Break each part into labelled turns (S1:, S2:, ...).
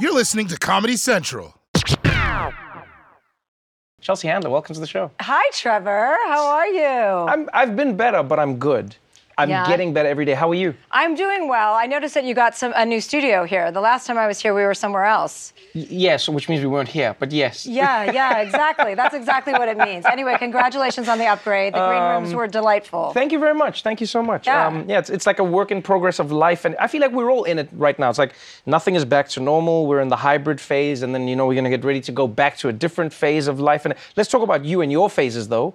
S1: You're listening to Comedy Central.
S2: Chelsea Handler, welcome to the show.
S3: Hi, Trevor. How are you?
S2: I'm, I've been better, but I'm good. I'm
S3: Yeah.
S2: getting better every day. How are you?
S3: I'm doing well. I noticed that you got some a new studio here. The last time I was here, we were somewhere else.
S2: Y- yes, which means we weren't here, but yes.
S3: Yeah, yeah, exactly. That's exactly what it means. Anyway, congratulations on the upgrade. The green rooms were delightful.
S2: Thank you very much. Thank you so much. Um,
S3: Yeah.
S2: yeah it's, it's like a work in progress of life, and I feel like we're all in it right now. It's like nothing is back to normal. We're in the hybrid phase, and then you know we're gonna get ready to go back to a different phase of life. And let's talk about you and your phases, though.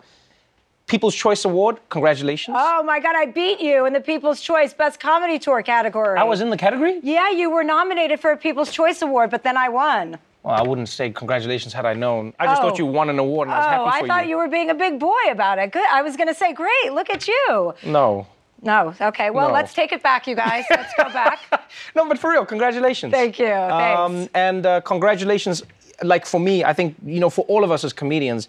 S2: People's Choice Award, congratulations.
S3: oh my God, I beat you in the People's Choice Best Comedy Tour category.
S2: I was in the category.
S3: Yeah, you were nominated for a People's Choice Award, but then I won.
S2: Well, I wouldn't say congratulations had I known. I just
S3: Oh.
S2: thought you won an award, and I was
S3: oh,
S2: happy
S3: I
S2: for
S3: thought you. were being a big boy about it. Good. I was going to say, great, look at you.
S2: No.
S3: No, okay. Well,
S2: No.
S3: let's take it back, you guys. Let's go back.
S2: No, but for real, congratulations. Um,
S3: Thank you. Thanks.
S2: and uh, congratulations, like for me, I think, you know, for all of us as comedians,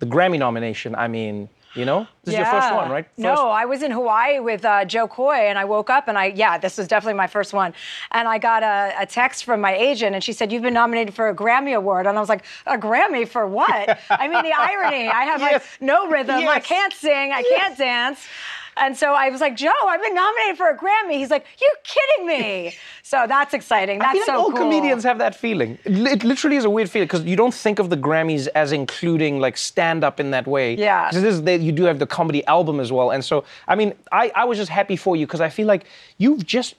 S2: the Grammy nomination, I mean, you know, this is your first
S3: Yeah.
S2: one, right? First,
S3: No, I was in Hawaii with uh, Joe Coy, and I woke up and I, yeah, this was definitely my first one. And I got a, a text from my agent, and she said, You've been nominated for a Grammy Award. And I was like, A Grammy for what? I mean, the irony. I have
S2: Yes.
S3: like no rhythm, I
S2: Yes.
S3: can't sing, I can't dance. And so I was like, Joe, I've been nominated for a Grammy. He's like, You're kidding me. So that's exciting. That's
S2: I feel
S3: so
S2: like all
S3: cool.
S2: comedians have that feeling. It li- It literally is a weird feeling because you don't think of the Grammys as including like stand up in that way.
S3: Yeah.
S2: 'Cause this- they- you do have the comedy album as well. And so, I mean, I, I was just happy for you because I feel like you've just,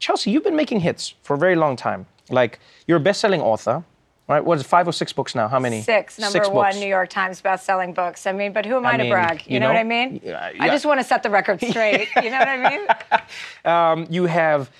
S2: Chelsea, you've been making hits for a very long time. Like, you're a best selling author, right? What is it, five or six books now? How many?
S3: Six, number
S2: Six
S3: one
S2: books.
S3: New York Times best-selling books. I mean, but who am I,
S2: mean,
S3: to brag? You,
S2: you
S3: know, what
S2: know?
S3: I mean?
S2: Yeah,
S3: I
S2: yeah.
S3: just want to set the record straight. you know what I mean? Oh,
S2: You have,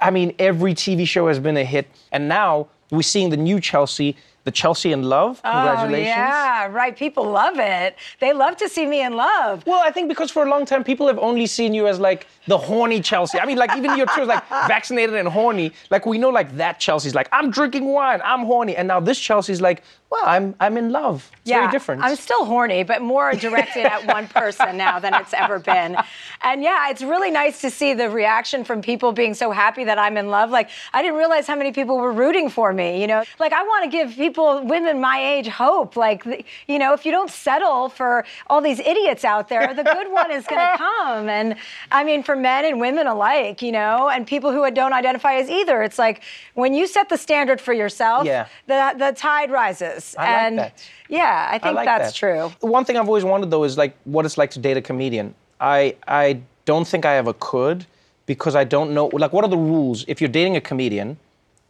S2: I mean, every TV show has been a hit. And now we're seeing the new Chelsea, the Chelsea in Love. Congratulations.
S3: Oh, yeah, right. People love it. They love to see me in love.
S2: Well, I think because for a long time people have only seen you as like the horny Chelsea. I mean, like even your tours, like vaccinated and horny. Like we know, like that Chelsea's like I'm drinking wine, I'm horny, and now this Chelsea's like, well, I'm I'm in love. It's very different.
S3: I'm still horny, but more directed at one person now than it's ever been. And yeah, it's really nice to see the reaction from people being so happy that I'm in love. Like, I didn't realize how many people were rooting for me, you know? Like, I want to give people, women my age, hope. Like, th- you know, if you don't settle for all these idiots out there, the good one is going to come. And I mean, for men and women alike, you know, and people who don't identify as either, it's like when you set the standard for yourself,
S2: Yeah.
S3: the, the tide rises.
S2: I like
S3: and
S2: that.
S3: yeah, I
S2: I
S3: think
S2: like
S3: that's
S2: that.
S3: true.
S2: One thing I've always wondered though is like what it's like to date a comedian. I I don't think I ever could because I don't know like what are the rules if you're dating a comedian,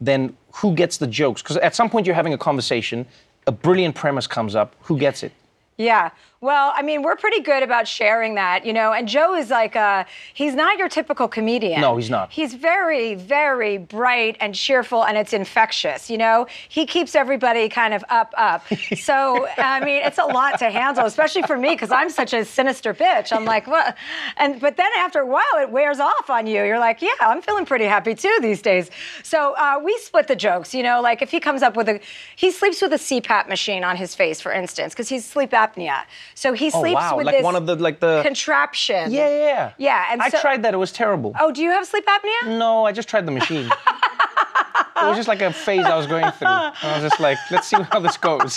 S2: then who gets the jokes? Because at some point you're having a conversation, a brilliant premise comes up, who gets it?
S3: Yeah. Well, I mean, we're pretty good about sharing that, you know. And Joe is like, uh, he's not your typical comedian.
S2: No, he's not.
S3: He's very, very bright and cheerful, and it's infectious, you know. He keeps everybody kind of up, up. so, I mean, it's a lot to handle, especially for me because I'm such a sinister bitch. I'm like, what? And but then after a while, it wears off on you. You're like, yeah, I'm feeling pretty happy too these days. So uh, we split the jokes, you know. Like if he comes up with a, he sleeps with a CPAP machine on his face, for instance, because he's sleep apnea. So he
S2: Oh
S3: sleeps
S2: wow,
S3: with
S2: like
S3: this
S2: one of the like the
S3: contraption.
S2: Yeah, yeah, yeah.
S3: Yeah, and
S2: I
S3: so-
S2: tried that. It was terrible.
S3: Oh, do you have sleep apnea?
S2: No, I just tried the machine. it was just like a phase I was going through. And I was just like, let's see how this goes.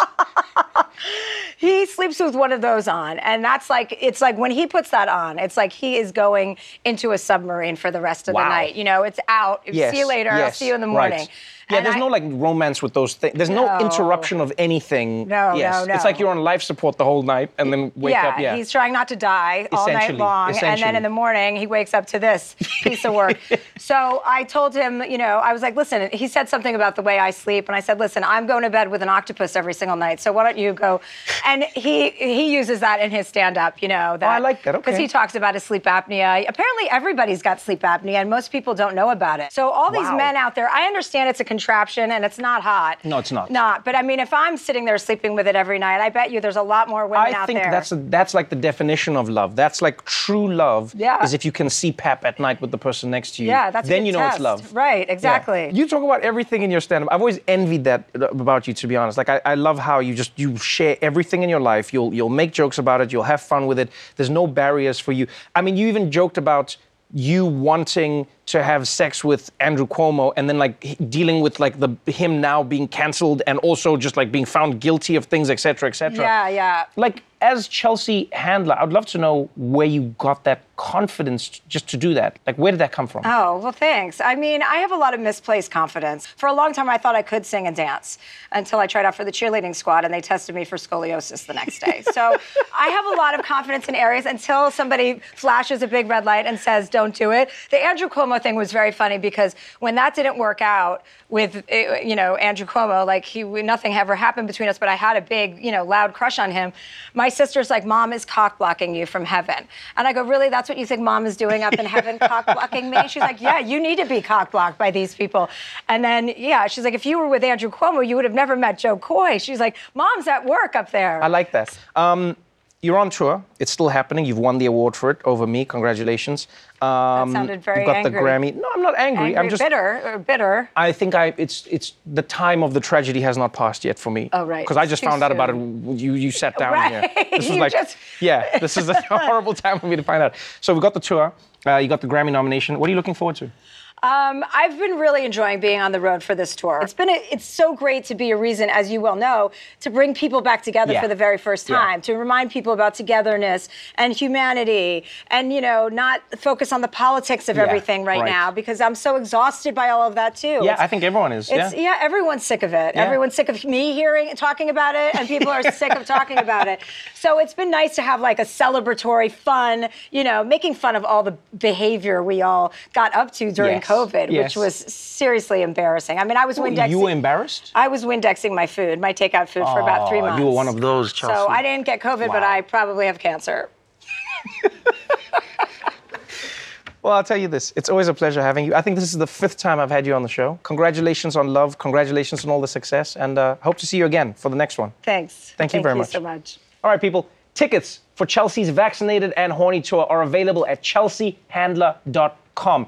S3: He sleeps with one of those on, and that's like it's like when he puts that on, it's like he is going into a submarine for the rest of
S2: Wow.
S3: the night. You know, it's out.
S2: Yes,
S3: see you later. I'll
S2: yes,
S3: see you in the
S2: right.
S3: morning.
S2: Yeah,
S3: And
S2: there's
S3: I-
S2: no like romance with those things. There's no,
S3: No.
S2: interruption of anything.
S3: No,
S2: yes.
S3: no,
S2: It's
S3: no.
S2: like you're on life support the whole night and then wake
S3: yeah,
S2: up. Yeah.
S3: he's trying not to die all night
S2: Essentially,
S3: long, and then
S2: essentially.
S3: in the morning he wakes up to this piece of work. so I told him, you know, I was like, listen, he said something about the way I sleep, and I said, listen, I'm going to bed with an octopus every single night, so why don't you go? And he he uses that in his stand-up, you know. That,
S2: Oh, like that,
S3: Because
S2: okay.
S3: he talks about his sleep apnea. Apparently, everybody's got sleep apnea, and most people don't know about it. So all these
S2: Wow.
S3: men out there, I understand it's a contraption and it's not hot.
S2: No, it's not.
S3: Not, but I mean, if I'm sitting there sleeping with it every night, I bet you there's a lot more women
S2: I
S3: out
S2: think
S3: there.
S2: that's that's like the definition of love. That's like true love.
S3: Yeah.
S2: Is if you can see pap at night with the person next to you.
S3: Yeah, that's a
S2: then
S3: good
S2: you know it's
S3: test.
S2: love.
S3: Right,
S2: Yeah.
S3: exactly.
S2: You talk about everything in your stand-up. I've always envied that about you, to be honest. Like I, I love how you just you share everything in your life. You'll you'll make jokes about it. You'll have fun with it. There's no barriers for you. I mean, you even joked about you wanting to have sex with Andrew Cuomo and then like h- dealing with like the him now being canceled and also just like being found guilty of things, et cetera, et cetera.
S3: Yeah, yeah.
S2: Like as Chelsea Handler, I'd love to know where you got that confidence t- just to do that. Like where did that come from?
S3: Oh, well, thanks. I mean, I have a lot of misplaced confidence. For a long time, I thought I could sing and dance until I tried out for the cheerleading squad and they tested me for scoliosis the next day. so I have a lot of confidence in areas until somebody flashes a big red light and says, don't do it. The Andrew Cuomo thing was very funny because when that didn't work out with, eh, you know, Andrew Cuomo, like he, nothing ever happened between us, but I had a big, you know, loud crush on him. My sister's like, mom is cock blocking you from heaven. And I go, really? That's what you think mom is doing up in heaven, cock blocking me? She's like, yeah, you need to be cock blocked by these people. And then, yeah, she's like, if you were with Andrew Cuomo, you would have never met Joe Coy. She's like, mom's at work up there.
S2: I like that. Um, you're on tour. It's still happening. You've won the award for it over me. Congratulations. Um,
S3: sounded very
S2: You got the
S3: angry.
S2: Grammy. No, I'm not angry.
S3: Angry,
S2: I'm just
S3: bitter, or bitter.
S2: I think I it's it's the time of the tragedy has not passed yet for me.
S3: Oh, right.
S2: Because I just
S3: Too
S2: found out about it.
S3: soon.
S2: when You you sat down here.
S3: Right. You just-
S2: yeah. This is a horrible time for me to find out. So we got the tour. Uh, you got the Grammy nomination. What are you looking forward to?
S3: Um, I've been really enjoying being on the road for this tour. It's been a, it's so great to be a reason, as you well know, to bring people back together
S2: Yeah.
S3: for the very first
S2: Yeah.
S3: time, to remind people about togetherness and humanity, and you know, not focus on the politics of
S2: Yeah,
S3: everything right,
S2: right.
S3: now because I'm so exhausted by all of that too.
S2: Yeah,
S3: It's-
S2: I think everyone is.
S3: it's,
S2: yeah.
S3: yeah. everyone's sick of it. Everyone's sick of me hearing and talking about it, and people are sick of talking about it. So it's been nice to have like a celebratory, fun, you know, making fun of all the behavior we all got up to during
S2: Yes,
S3: COVID,
S2: yes. Oh,
S3: which was seriously embarrassing. I mean, I was Windexing.
S2: You were embarrassed.
S3: I was Windexing my food, my takeout food, for about three
S2: Oh,
S3: months.
S2: You were one of those, Chelsea.
S3: So I didn't get COVID, but
S2: Wow.
S3: I probably have cancer.
S2: Well, I'll tell you this. It's always a pleasure having you. I think this is the fifth time I've had you on the show. Congratulations on love. Congratulations on all the success. And uh, hope to see you again for the next one.
S3: Thanks.
S2: Thank you very much.
S3: so much.
S2: All right, people, tickets for Chelsea's Vaccinated and Horny Tour are available at chelseahandler.com.